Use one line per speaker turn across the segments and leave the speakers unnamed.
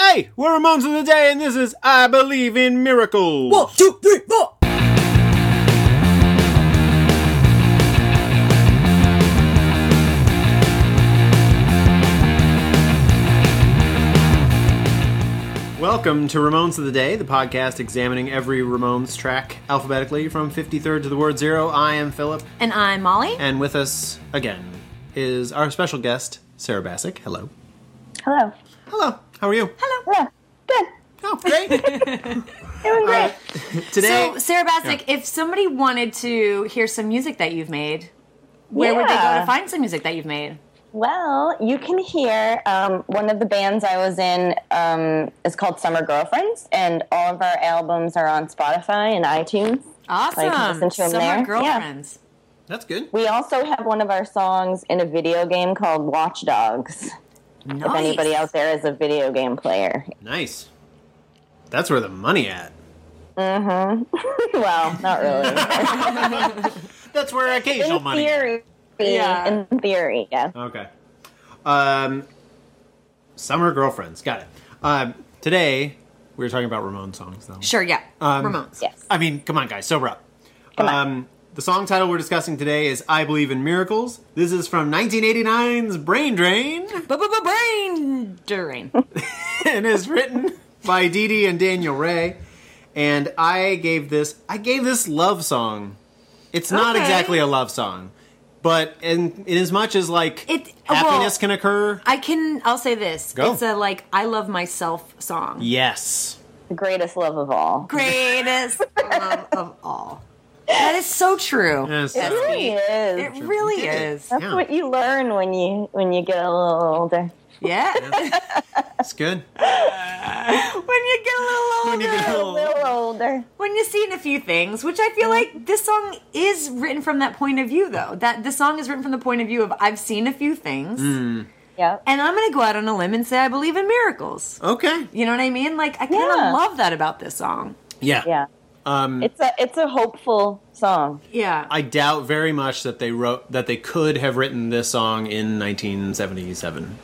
Hey, we're Ramones of the Day, and this is I Believe in Miracles.
One, two, three, four.
Welcome to Ramones of the Day, the podcast examining every Ramones track alphabetically from 53rd to the word zero. I am Philip,
And I'm Molly.
and with us again is our special guest, Sarah Bassick. Hello.
Hello.
Hello. How are you? Hello.
Hello. Good.
Oh, great.
Doing great.
Today,
So, Sarah Bassick, if somebody wanted to hear some music that you've made, where would they go
Yeah.
to find some music that you've made?
Well, you can hear um, one of the bands I was in um, is called Summer Girlfriends, and all of our albums are on Spotify and iTunes.
Awesome.
I can listen to 'em
Summer
there. Yeah.
girlfriends.
that's good.
We also have one of our songs in a video game called Watch Dogs.
Nice.
If anybody out there is a video game player,
Nice. That's where the money at.
well, not really.
That's where occasional
in
money. at.
theory,
Yeah.
in theory, yeah.
Okay. Um, summer girlfriends. Got it. Um, today we were talking about Ramon songs, though.
Sure, yeah.
Um,
Ramones.
Yes.
I mean, come on, guys, sober up. Um, the song title we're discussing today is "I Believe in Miracles." This is from 1989's Brain Drain,
Brain during.
and is written by Dee Dee and Daniel Ray. And I gave this, I gave this love song. It's not
Okay.
exactly a love song, but in, in as much as like
It- well-
happiness can occur,
I can. I'll say this.
Go.
It's a like I love myself song.
yes.
The greatest love of all.
Greatest love of all. That is so true.
Yes.
That's
It really
me.
is.
It really is.
That's
Yeah.
what you learn when you when you get a little older.
Yeah.
It's good.
when you get a little older.
When you get a
A
little-
little older.
when you've seen a few things, which I feel like this song is written from that point of view, though. That this song is written from the point of view of I've seen a few things,
Mm.
Yep.
and I'm gonna go out on a limb and say I believe in miracles.
Okay.
You know what I mean? Like I kind of
Yeah.
love that about this song.
Yeah.
Yeah.
Um,
It's a it's a hopeful song.
Yeah,
I doubt very much that they wrote that they could have written this song in 1977.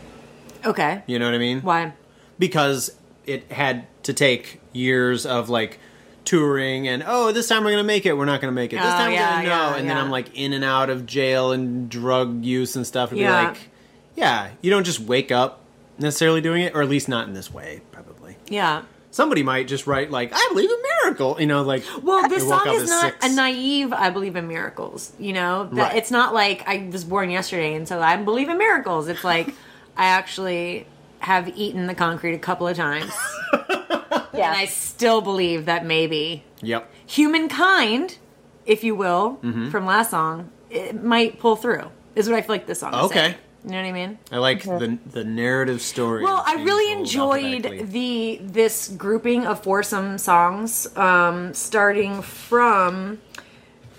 okay.
You know what I mean?
Why?
Because it had to take years of like touring and oh this time we're gonna make it we're not gonna make it this
Oh,
time
yeah,
we're gonna
yeah,
know and then
yeah.
I'm like in and out of jail and drug use and stuff and
Yeah.
be like yeah you don't just wake up necessarily doing it or at least not in this way probably
Yeah.
somebody might just write like I believe in miracle you know like
Well, this
They woke
song
up
is
at
not
six.
a naive. I believe in miracles. You know, that
Right.
it's not like I was born yesterday and so I believe in miracles. It's like I actually have eaten the concrete a couple of times,
Yeah.
and I still believe that maybe
yep
humankind, if you will,
Mm-hmm.
from last song, it might pull through. Is what I feel like this song. Is
Okay.
saying. you know what I mean.
I like the the narrative story.
Well,
of
I
being
really
told
enjoyed
alphabetically.
the this grouping of foursome songs, um, starting from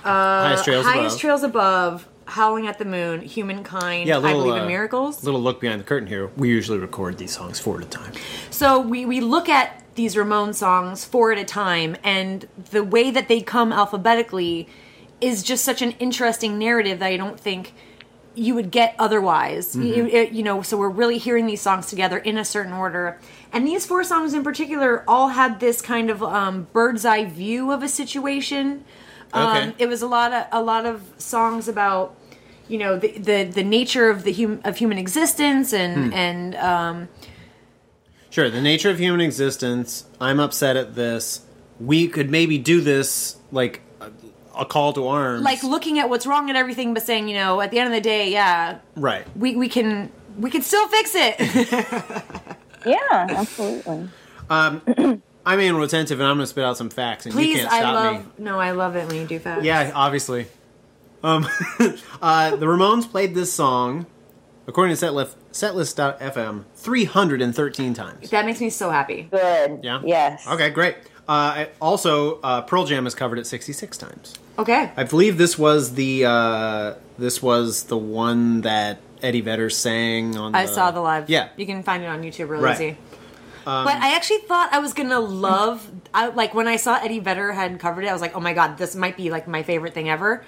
highest trails
highest
above.
trails above, howling at the moon, humankind.
Yeah, little,
I believe
uh,
in miracles.
Little look behind the curtain here. We usually record these songs four at a time.
So we, we look at these Ramon songs four at a time, and the way that they come alphabetically is just such an interesting narrative that I don't think you would get otherwise. You, it- you know, so we're really hearing these songs together in a certain order. And these four songs in particular all had this kind of um, bird's eye view of a situation. Um,
Okay.
it was a lot of a lot of songs about you know the the, the nature of the hum, of human existence and and um,
Sure, the nature of human existence. I'm upset at this. We could maybe do this like a, a call to arms.
like looking at what's wrong and everything, but saying, you know, at the end of the day, yeah,
right.
we, we can we can still fix it.
Yeah, absolutely.
I'm Ian Retentive, and I'm going to spit out some facts, and you
Please,
can't
I
stop
love
me.
no, I love it when you do that.
Yeah, obviously. Um, uh, the Ramones played this song, according to setlist, setlist.fm, 313 times.
that makes me so happy.
Good.
Yeah.
Yes.
Okay, great. Uh, I- also, uh, Pearl Jam has covered it 66 times.
Okay,
I believe this was the uh, this was the one that Eddie Vedder sang on.
I saw the live.
Uh, Yeah,
you can find it on YouTube real
Right. Um,
easy. but I actually thought I was gonna love, I, like when I saw Eddie Vedder had covered it, I was like, oh my god, this might be like my favorite thing ever.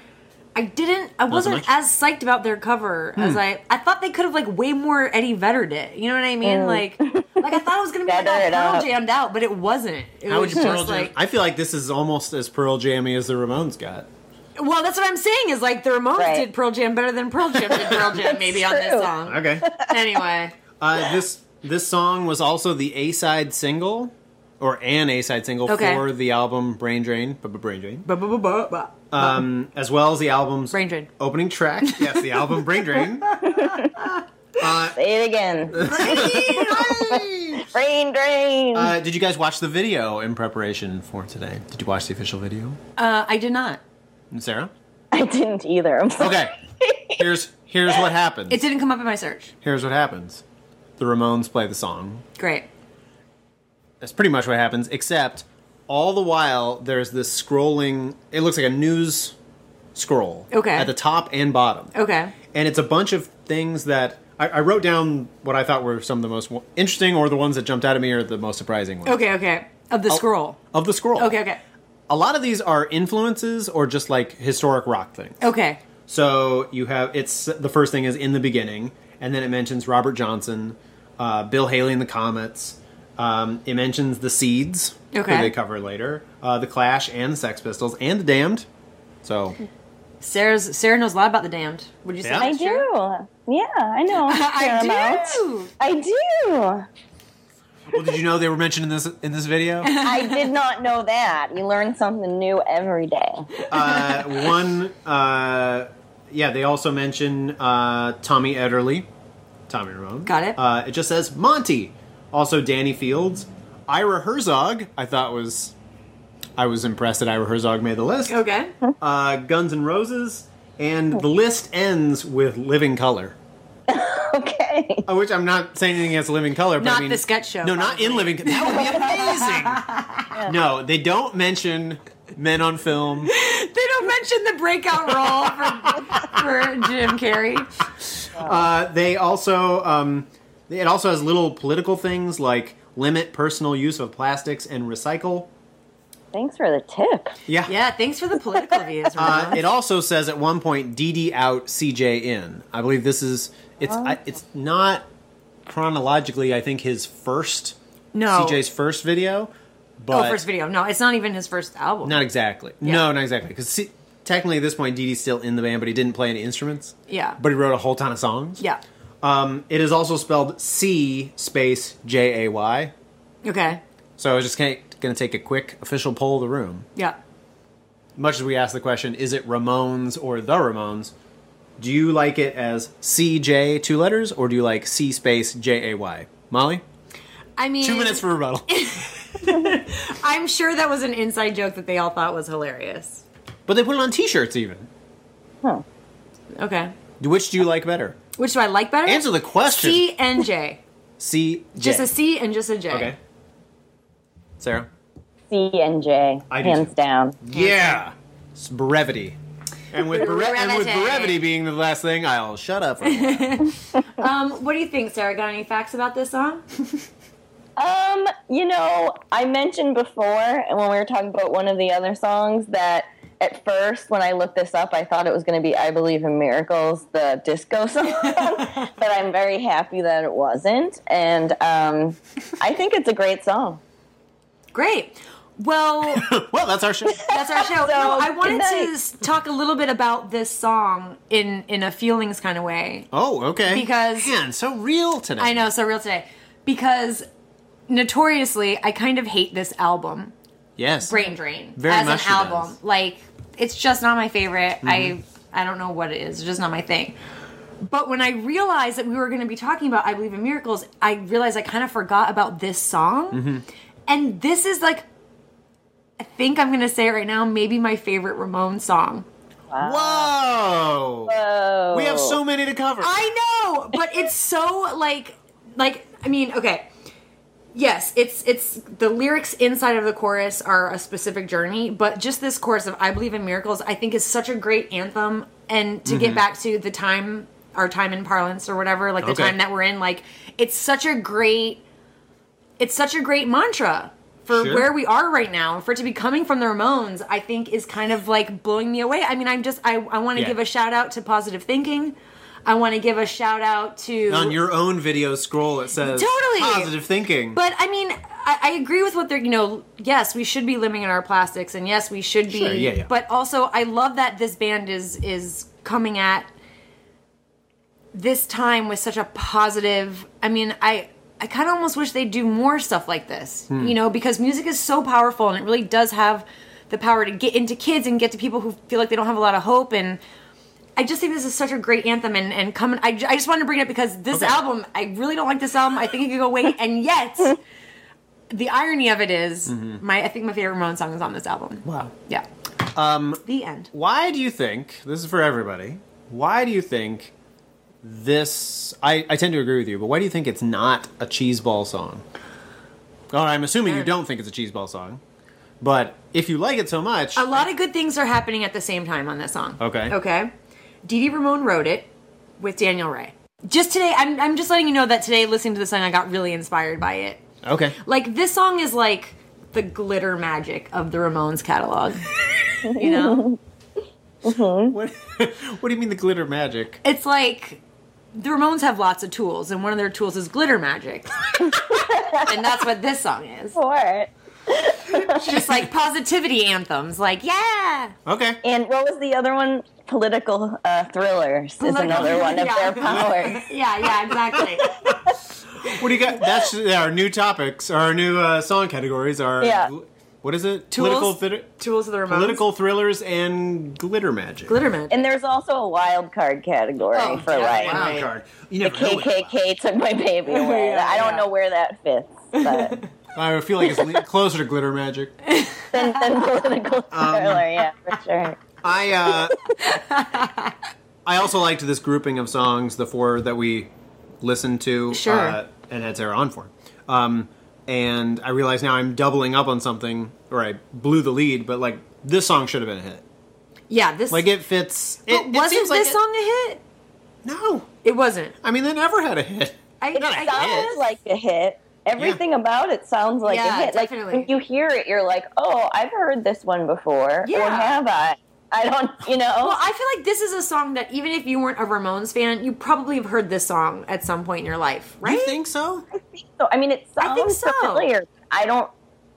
I didn't. I wasn't
much? Hmm.
as psyched about their cover as I. I thought they could have like way more Eddie Veddered it. You know what I mean? Like, like I thought it was gonna be like
Vedder
all
Oh. it
Pearl
up.
Jammed out, but it wasn't. It
How would
was
you Pearl
just
Jam?
like.
I feel like this is almost as Pearl Jammy as the Ramones got.
well, that's what I'm saying is like the Ramones
Right.
did Pearl Jam better than Pearl Jam did Pearl Jam maybe on this
true.
song.
Okay.
Anyway,
uh, this this song was also the A side single, or an A side single
Okay.
for the album Brain Drain, b- b- Brain Drain,
Ba- ba- ba- ba- ba.
um, as well as the album's
Brain Drain.
opening track. Yes, the album Brain Drain. Uh,
Say it again. Rain, drain.
Uh, did you guys watch the video in preparation for today? Did you watch the official video,
Uh, I did not.
Sarah?
I didn't either. I'm sorry.
Okay. Here's here's what happens.
It didn't come up in my search.
here's what happens. The Ramones play the song.
Great.
That's pretty much what happens, except all the while there's this scrolling. It looks like a news scroll.
Okay.
At the top and bottom.
Okay.
And it's a bunch of things that I, I wrote down what I thought were some of the most wo- interesting, or the ones that jumped out at me, or the most surprising ones
Okay. Okay. Of the
Oh.
scroll.
of the scroll.
Okay. Okay.
A lot of these are influences or just like historic rock things.
Okay.
So you have it's the first thing is in the beginning, and then it mentions Robert Johnson, uh, Bill Haley and the Comets. Um, it mentions the Seeds,
Okay.
who they cover later, uh, the Clash and the Sex Pistols and the Damned. So
Sarah's Sarah knows a lot about the damned. Would you say
Yeah.
I
that's
do.
true?
Yeah, I know. Fair
I
amount.
do.
I do.
well, did you know they were mentioned in this in this video?
I did not know that. You learn something new every day.
Uh, one, uh, yeah, they also mention uh, Tommy Ederle, Tommy Ramone.
Got it.
Uh, it just says Monty. Also, Danny Fields, Ira Herzog. I thought was, I was impressed that Ira Herzog made the list.
Okay.
Uh, Guns N' Roses, and the list ends with Living Color.
Okay.
Uh, Which I'm not saying anything against Living Color, but I
Not
mean,
the sketch show,
No, not in Living. Color. That would be amazing. no, they don't mention men on film.
They don't mention the breakout role for, for Jim Carrey.
Uh, they also um, it also has little political things like limit personal use of plastics and recycle.
Thanks for the tip.
Yeah.
Yeah. Thanks for the political views.
Uh,
Ramon.
it also says at one point DD out, CJ in. I believe this is it's I, it's not chronologically. I think his first
no.
CJ's first video,
oh,
but
first video. No, it's not even his first album.
not exactly. No, not exactly because technically at this point DD's still in the band, but he didn't play any instruments.
Yeah.
But he wrote a whole ton of songs.
yeah.
Um, it is also spelled C space J A Y.
Okay.
So I was just going to take a quick official poll of the room.
Yeah.
Much as we asked the question, is it Ramones or the Ramones? Do you like it as CJ two letters or do you like C space J A Y? Molly,
I mean,
two minutes for rebuttal.
I'm sure that was an inside joke that they all thought was hilarious.
but they put it on T-shirts even.
Huh.
Okay.
Which do you like better?
Which do I like better?
Answer the question.
C and J.
C J.
Just a C and just a J.
Okay. Sarah.
C and J,
I do
hands
too.
down.
Yeah. It's brevity. And with, bere- and with
Brevity.
brevity being the last thing, I'll shut up. For a while.
Um, what do you think, Sarah? Got any facts about this song?
Um, you know, I mentioned before and when we were talking about one of the other songs that at first when I looked this up I thought it was gonna be I Believe in Miracles, the disco song. but I'm very happy that it wasn't. And um I think it's a great song.
Great. Well,
well, that's our show.
that's our show. no, I wanted
good
to
night.
s- talk a little bit about this song in in a feelings kind of way.
Oh, okay.
Because-
man, so real today.
I know, so real today, because notoriously, I kind of hate this album,
Yes.
Brain Drain,
Very
as
much she
an album.
does.
Like, it's just not my favorite.
Mm-hmm.
I I don't know what it is. It's just not my thing. But when I realized that we were going to be talking about I Believe in Miracles, I realized I kind of forgot about this song.
Mm-hmm.
And this is like, I think I'm going to say it right now, maybe my favorite Ramon song.
Whoa.
Oh
We have so many to cover.
I know, but it's so like like I mean, okay. Yes, it's it's the lyrics inside of the chorus are a specific journey, but just this chorus of I believe in miracles I think is such a great anthem and to
Mm-hmm.
get back to the time our time in parlance or whatever, like the
Okay.
time that we're in, like it's such a great it's such a great mantra for
Sure.
where we are right now, for it to be coming from the Ramones, I think is kind of like blowing me away. I mean, I'm just I, I want to
Yeah.
give a shout out to Positive Thinking. I want to give a shout out to
On your own video scroll, it says
Totally.
positive thinking.
But I mean, I, I agree with what they're. You know, yes, we should be limiting our plastics, and yes, we should be.
Sure, yeah, yeah.
But also, I love that this band is is coming at this time with such a positive. I mean, I I kind of almost wish they'd do more stuff like this.
Hmm.
You know, because music is so powerful, and it really does have the power to get into kids and get to people who feel like they don't have a lot of hope and. I just think this is such a great anthem, and and coming. I, ju- I just wanted to bring it up because this
Okay.
album, I really don't like this album. I think it could go away, and yet, the irony of it is,
Mm-hmm.
my I think my favorite Ramon song is on this album.
wow.
Yeah. Um. The end.
Why do you think this is for everybody? Why do you think this? I, I tend to agree with you, but why do you think it's not a cheese ball song? Well, I'm assuming
Uh.
you don't think it's a cheese ball song, but if you like it so much,
A lot of good things are happening at the same time on this song.
Okay.
Okay. Dee Dee Ramone wrote it with Daniel Ray. Just today, I'm I'm just letting you know that today, listening to the song, I got really inspired by it.
okay,
Like this song is like the glitter magic of the Ramones catalog. you know.
what what do you mean the glitter magic?
it's like the Ramones have lots of tools, and one of their tools is glitter magic, and that's what this song is.
Oh, for it.
Just like positivity anthems, like yeah,
Okay,
And what was the other one? Political uh, thrillers is
Political-
another one of
yeah.
their powers.
yeah, yeah, exactly.
what do you got? That's our new topics. Our new uh, song categories are
Yeah.
What is it?
Tools,
Political thri-
tools of the Ramones,
political thrillers and glitter magic.
glitter magic.
And there's also a wild card category
Oh,
for
yeah,
like
wow.
Wild card. You
the
never know what-
KKK took my baby away.
Yeah,
I don't
yeah.
know where that fits, but
I feel like it's le- closer to glitter magic.
then, then political
Um,
thriller, yeah, for sure.
I uh, I also liked this grouping of songs, the four that we listened to,
Sure.
uh, and had Sarah on for. Um, and I realize now I'm doubling up on something, or I blew the lead, but like this song should have been a hit.
Yeah, this.
Like it fits. It,
but
it
wasn't
seems
this
like it-
song a hit?
No,
It wasn't.
I mean they never had a hit.
I,
Not a
I
hit.
sounds like a hit. Everything about it sounds like
Yeah,
a hit. Like
definitely.
when you hear it, you're like, "Oh, I've heard this one before,
Yeah.
or have I? I don't, you know."
Well, I feel like this is a song that even if you weren't a Ramones fan, you probably have heard this song at some point in your life, right?
You think so?
so I mean, it sounds
I think so.
familiar. I don't,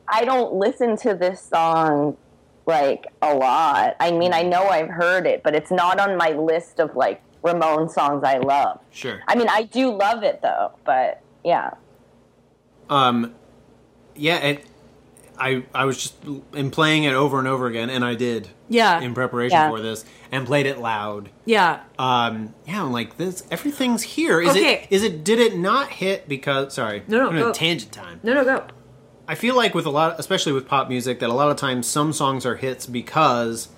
I don't listen to this song like a lot. I mean, I
Mm.
know I've heard it, but it's not on my list of like Ramon songs I love.
Sure.
I mean, I do love it though, but yeah,
Um, yeah, it, I I was just in playing it over and over again, and I did.
Yeah.
In preparation
Yeah.
for this, and played it loud.
yeah.
Um, yeah, I'm like this. Everything's here. Is
Okay.
it? Is it? Did it not hit because? Sorry.
No, no,
I'm gonna
go.
Tangent time.
No, no, go.
I feel like with a lot, especially with pop music, that a lot of times some songs are hits because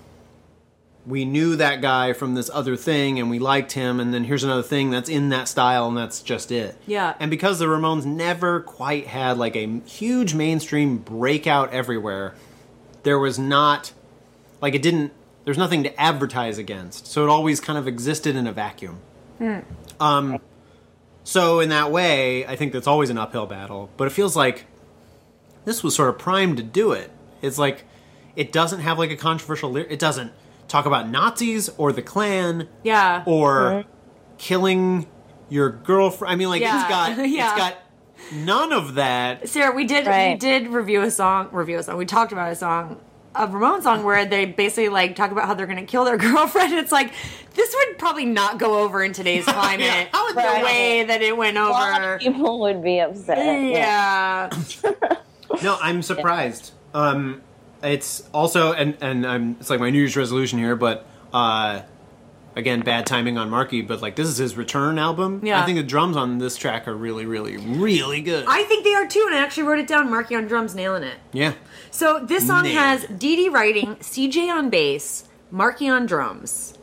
we knew that guy from this other thing and we liked him, and then here's another thing that's in that style, and that's just it.
Yeah.
And because the Ramones never quite had like a huge mainstream breakout everywhere, there was not like it didn't. There's nothing to advertise against, so it always kind of existed in a vacuum. Um. So in that way, I think that's always an uphill battle, but it feels like this was sort of primed to do it. It's like it doesn't have like a controversial lyric. It doesn't talk about Nazis or the Klan
Yeah.
or killing your girlfriend. I mean, like
Yeah.
it's got
Yeah.
it's got none of that.
Sarah, we did we
Right.
did review a song, review a song. We talked about a song, a Ramon song, where they basically like talk about how they're gonna kill their girlfriend. It's like this would probably not go over in today's climate.
How would
the
that-
way that it went
a lot of
over?
people would be upset.
Yeah,
No, I'm surprised. Um, it's also and and I'm it's like my New Year's resolution here, but uh, again, bad timing on Marky. But like this is his return album.
Yeah.
I think the drums on this track are really, really, really good.
I think they are too, and I actually wrote it down. Marky on drums, nailing it.
yeah.
So this song
Nailed
has
it.
Dee Dee writing, CJ on bass, Marky on drums,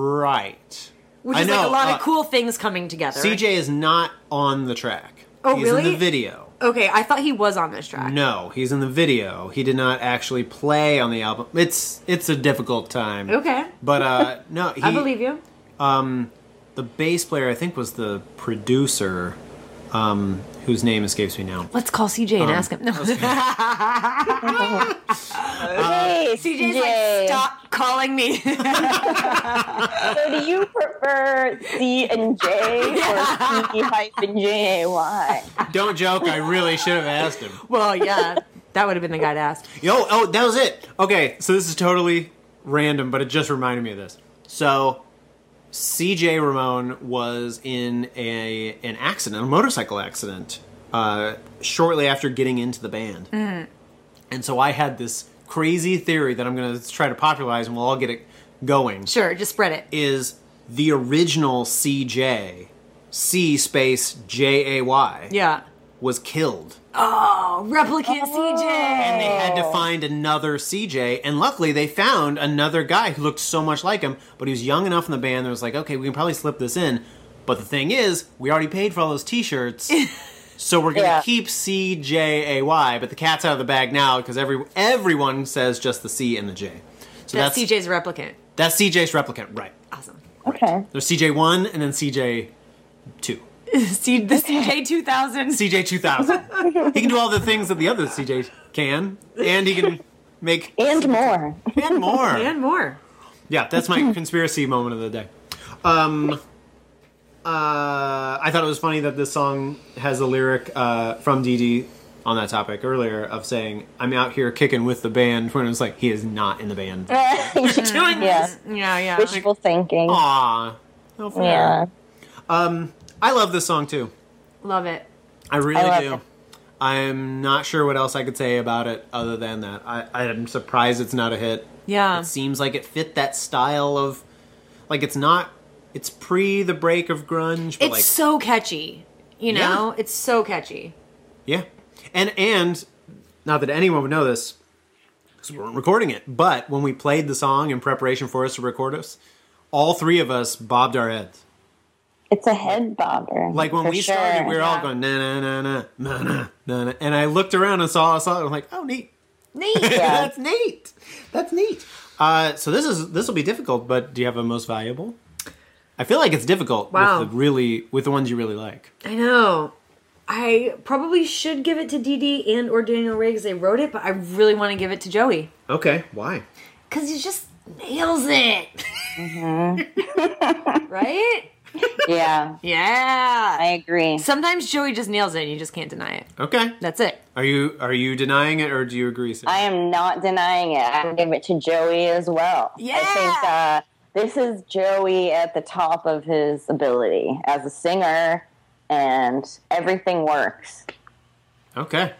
Right.
which
I
is like a
know,
lot
uh,
of cool things coming together.
CJ is not on the track.
Oh,
he's in
really?
the video.
Okay, I thought he was on this track.
No, he's in the video. He did not actually play on the album. It's it's a difficult time.
Okay.
But uh no, he,
I believe you.
Um, the bass player I think was the producer um, whose name escapes me now.
Let's call CJ
Um,
and ask him. No.
Uh,
Hey,
CJ's like, stop calling me.
So do you prefer C and J or C hyphen J A Y?
Don't joke. I really should have asked him.
well, yeah, that would have been the guy to ask.
Yo, oh, that was it. Okay, so this is totally random, but it just reminded me of this. So, CJ Ramon was in a an accident, a motorcycle accident, uh, shortly after getting into the band. And so I had this crazy theory that I'm going to try to popularize, and we'll all get it going.
Sure, just spread it.
Is the original CJ C space J A Y
Yeah.
was killed?
Oh, replicant
and
CJ.
they had to find another CJ. And luckily, they found another guy who looked so much like him, but he was young enough in the band that was like, okay, we can probably slip this in. But the thing is, we already paid for all those T-shirts, so we're gonna
Yeah.
keep CJAY. But the cat's out of the bag now because every everyone says just the C and the J. So
That's CJ's replicant.
That's CJ's replicant, right?
Awesome.
Okay.
There's CJ one and then CJ two,
C- the CJ 2000.
CJ two thousand. he can do all the things that the other CJ can, and he can make
And more.
and more
and more.
Yeah, that's my conspiracy moment of the day. Um, uh, I thought it was funny that this song has a lyric uh, from Dee Dee on that topic earlier of saying, "I'm out here kicking with the band," when it was like he is not in the band.
doing yeah.
Yeah, yeah.
Wishful thinking.
Aw, no fair.
Yeah.
I love this song too.
Love it.
I really
I love
do.
it.
I'm not sure what else I could say about it other than that. I, I'm surprised it's not a hit.
Yeah.
It seems like it fit that style of, like it's not. It's pre the break of grunge. But
It's
like,
so catchy. You
Yeah.
know, it's so catchy.
Yeah, and and not that anyone would know this, 'cause we weren't recording it. But when we played the song in preparation for us to record us, all three of us bobbed our heads.
It's a head bobber.
Like when
for
we
sure.
started, we were all
Yeah.
going na na na na na na na, na, and I looked around and saw saw it. I'm like, oh neat,
Neat.
Yeah.
that's neat, that's neat. Uh, so this is this will be difficult. But do you have a most valuable? I feel like it's difficult
Wow.
with the really with the ones you really like.
I know. I probably should give it to DD and or Daniel Ray because they wrote it, but I really want to give it to Joey
Okay, why?
because he just nails it.
Mm-hmm.
right?
Yeah,
Yeah.
I agree.
Sometimes Joey just nails it and you just can't deny it.
Okay,
That's it.
are you are you denying it or do you agree? Sarah?
I am not denying it. I give it to Joey as well. I think
Yeah.
uh, this is Joey at the top of his ability as a singer, and everything works.
Okay.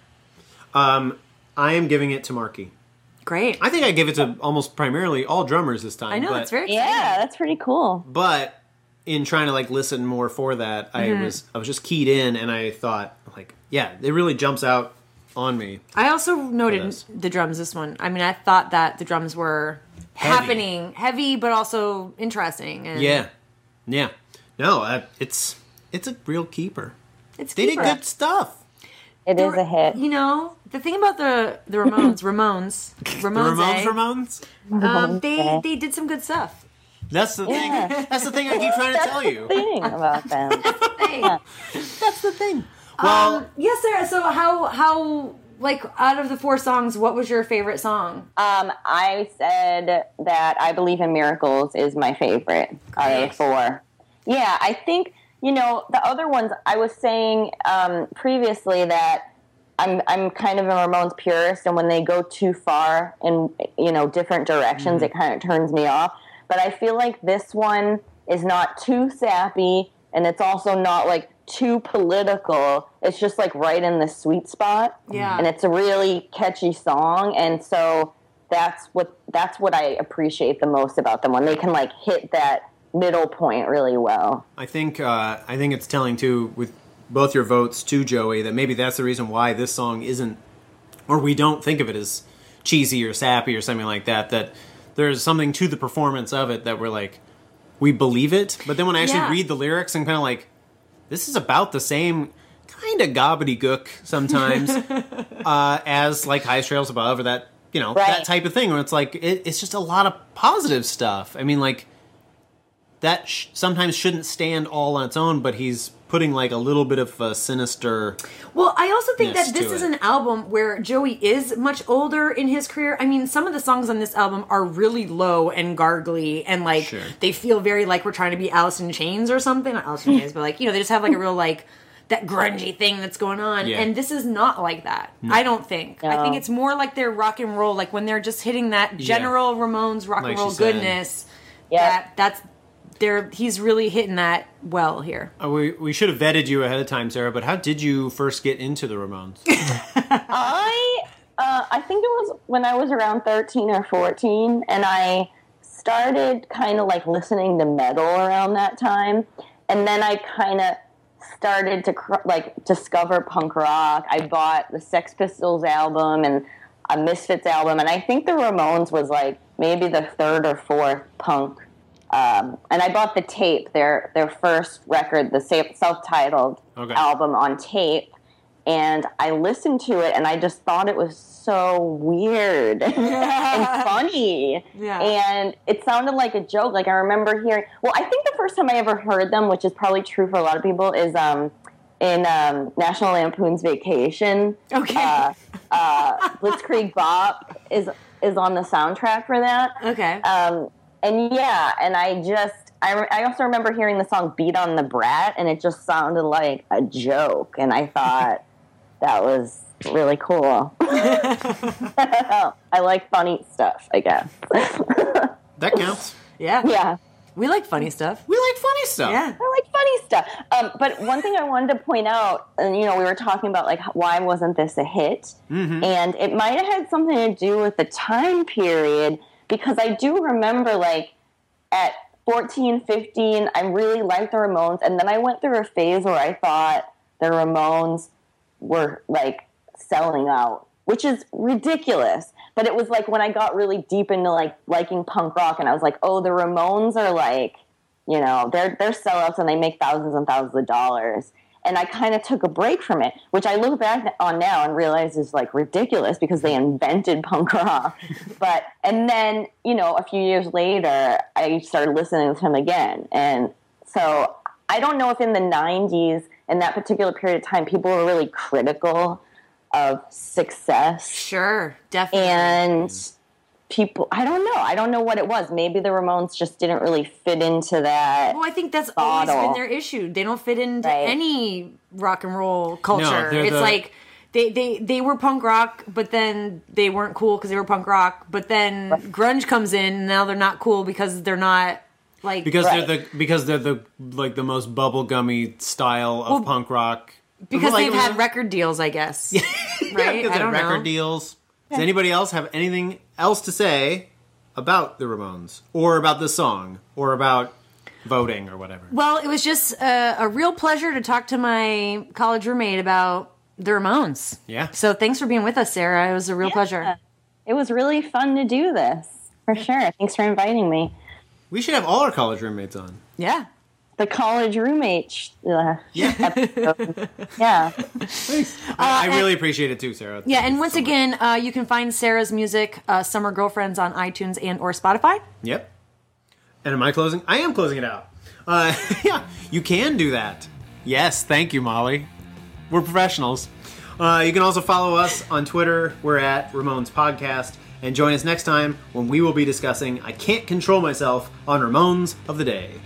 Um, I am giving it to Marky.
Great.
I think I give it to almost primarily all drummers this time.
I know
but,
it's very exciting.
Yeah, that's pretty cool.
But in trying to like listen more for that,
Mm-hmm.
I was I was just keyed in, and I thought like, yeah, it really jumps out on me.
I also noted
is.
the drums this one. I mean, I thought that the drums were
Heavy.
happening, heavy, but also interesting. And
Yeah, yeah. No, uh, it's it's a real keeper.
it's
They did
keeper.
good stuff.
It is a hit.
You know, the thing about the the Ramones, Ramones,
The
Ramones,
Ramones,
eh?
Ramones.
Um, they they did some good stuff.
That's the thing.
Yeah.
That's the thing I keep trying to tell you.
Thing about them.
Hey.
That's the thing. Well,
Um, yes, Sarah. So how how like out of the four songs, what was your favorite song?
Um, I said that I believe in miracles is my favorite out of the four. Yeah, I think you know the other ones. I was saying um, previously that I'm I'm kind of a Ramones purist, and when they go too far in you know different directions, it kind of turns me off. But I feel like this one is not too sappy, and it's also not like too political. It's just like right in the sweet spot
Yeah.
and it's a really catchy song and so that's what that's what i appreciate the most about them when they can like hit that middle point really well
I think uh, I think it's telling too with both your votes to Joey that maybe that's the reason why this song isn't or we don't think of it as cheesy or sappy or something like that that there's something to the performance of it that we're like we believe it but then when I actually
Yeah.
read the lyrics I'm kind of like this is about the same kind of gobbledygook sometimes uh, as like High Trails Above or that you know that
Right.
type of thing where it's like it, it's just a lot of positive stuff. I mean like that sh- sometimes shouldn't stand all on its own, but he's putting like a little bit of a sinister.
Well, I also think that
Yes,
this
to
is
it.
an album where Joey is much older in his career. I mean, some of the songs on this album are really low and gargly, and like
Sure.
they feel very like we're trying to be Alice in Chains or something. Not Alice in Chains, but like you know, they just have like a real like that grungy thing that's going on.
Yeah.
And this is not like that. I don't think. I think
No.
it's more like their rock and roll, like when they're just hitting that general Ramones rock
Like
and
she
roll
said.
goodness.
Yeah.
That that's they're he's really hitting that well here.
Uh, We we should have vetted you ahead of time, Sarah. But how did you first get into the Ramones?
I uh, I think it was when I was around thirteen or fourteen, and I started kind of like listening to metal around that time, and then I kind of started to cr- like discover punk rock. I bought the Sex Pistols album and a Misfits album, and I think the Ramones was like maybe the third or fourth punk. Um, and I bought the tape, their their first record, the self titled
Okay.
album on tape, and I listened to it and I just thought it was so weird and funny.
Yeah.
And it sounded like a joke. Like I remember hearing well, I think the first time I ever heard them, which is probably true for a lot of people, is um in um, National Lampoon's Vacation.
Okay.
Uh, uh, Blitzkrieg Bop is is on the soundtrack for that.
Okay.
Um, and yeah, and I just I, re- I also remember hearing the song "Beat on the Brat," and it just sounded like a joke, and I thought that was really cool. I like funny stuff, I guess.
That counts.
yeah.
yeah.
We like funny stuff.
We like funny stuff.
Yeah.
I like funny stuff. Um, but one thing I wanted to point out, and you know, we were talking about like why wasn't this a hit, and it might have had something to do with the time period because I do remember like at 14, 15, I really liked the Ramones, and then I went through a phase where I thought the Ramones were like selling out, which is ridiculous. But it was like when I got really deep into like liking punk rock, and I was like, oh, the Ramones are like, you know, they're they're sellouts and they make thousands and thousands of dollars. And I kind of took a break from it, which I look back on now and realize is like ridiculous because they invented punk rock. but and then you know a few years later, I started listening to him again, and so I don't know if in the 90s, in that particular period of time, people were really critical of success.
Sure, definitely.
And people, I don't know. I don't know what it was. Maybe the Ramones just didn't really fit into that.
well, I think that's always
Bottle.
been their issue. They don't fit into
Right.
any rock and roll culture.
they're
it's
the-
like they, they they were punk rock, but then they weren't cool because they were punk rock. But then grunge comes in, and now they're not cool because they're not like
Because
Right.
they're the because they're the like the most bubblegummy style of
Well,
punk rock.
because
Like,
they've had record deals, I guess. right?
because
I
they had
don't
record
know.
deals. Does anybody else have anything else to say about the Ramones or about the song or about voting or whatever?
Well, it was just uh, a, a real pleasure to talk to my college roommate about the Ramones.
Yeah.
So thanks for being with us, Sarah. It was a real pleasure.
It was really fun to do this, for sure. Thanks for inviting me.
We should have all our college roommates on.
Yeah.
The college roommate. sh- uh,
Yeah.
episode. yeah.
I, I really appreciate it too, Sarah.
Uh, Yeah, and once again, uh, you can find Sarah's music, uh, Summer Girlfriends, on iTunes and or Spotify.
Yep. And am I closing? I am closing it out. Uh, yeah, you can do that. Yes, thank you, Molly. We're professionals. Uh, you can also follow us on Twitter. We're at Ramones Podcast. And join us next time when we will be discussing I Can't Control Myself on Ramones of the Day.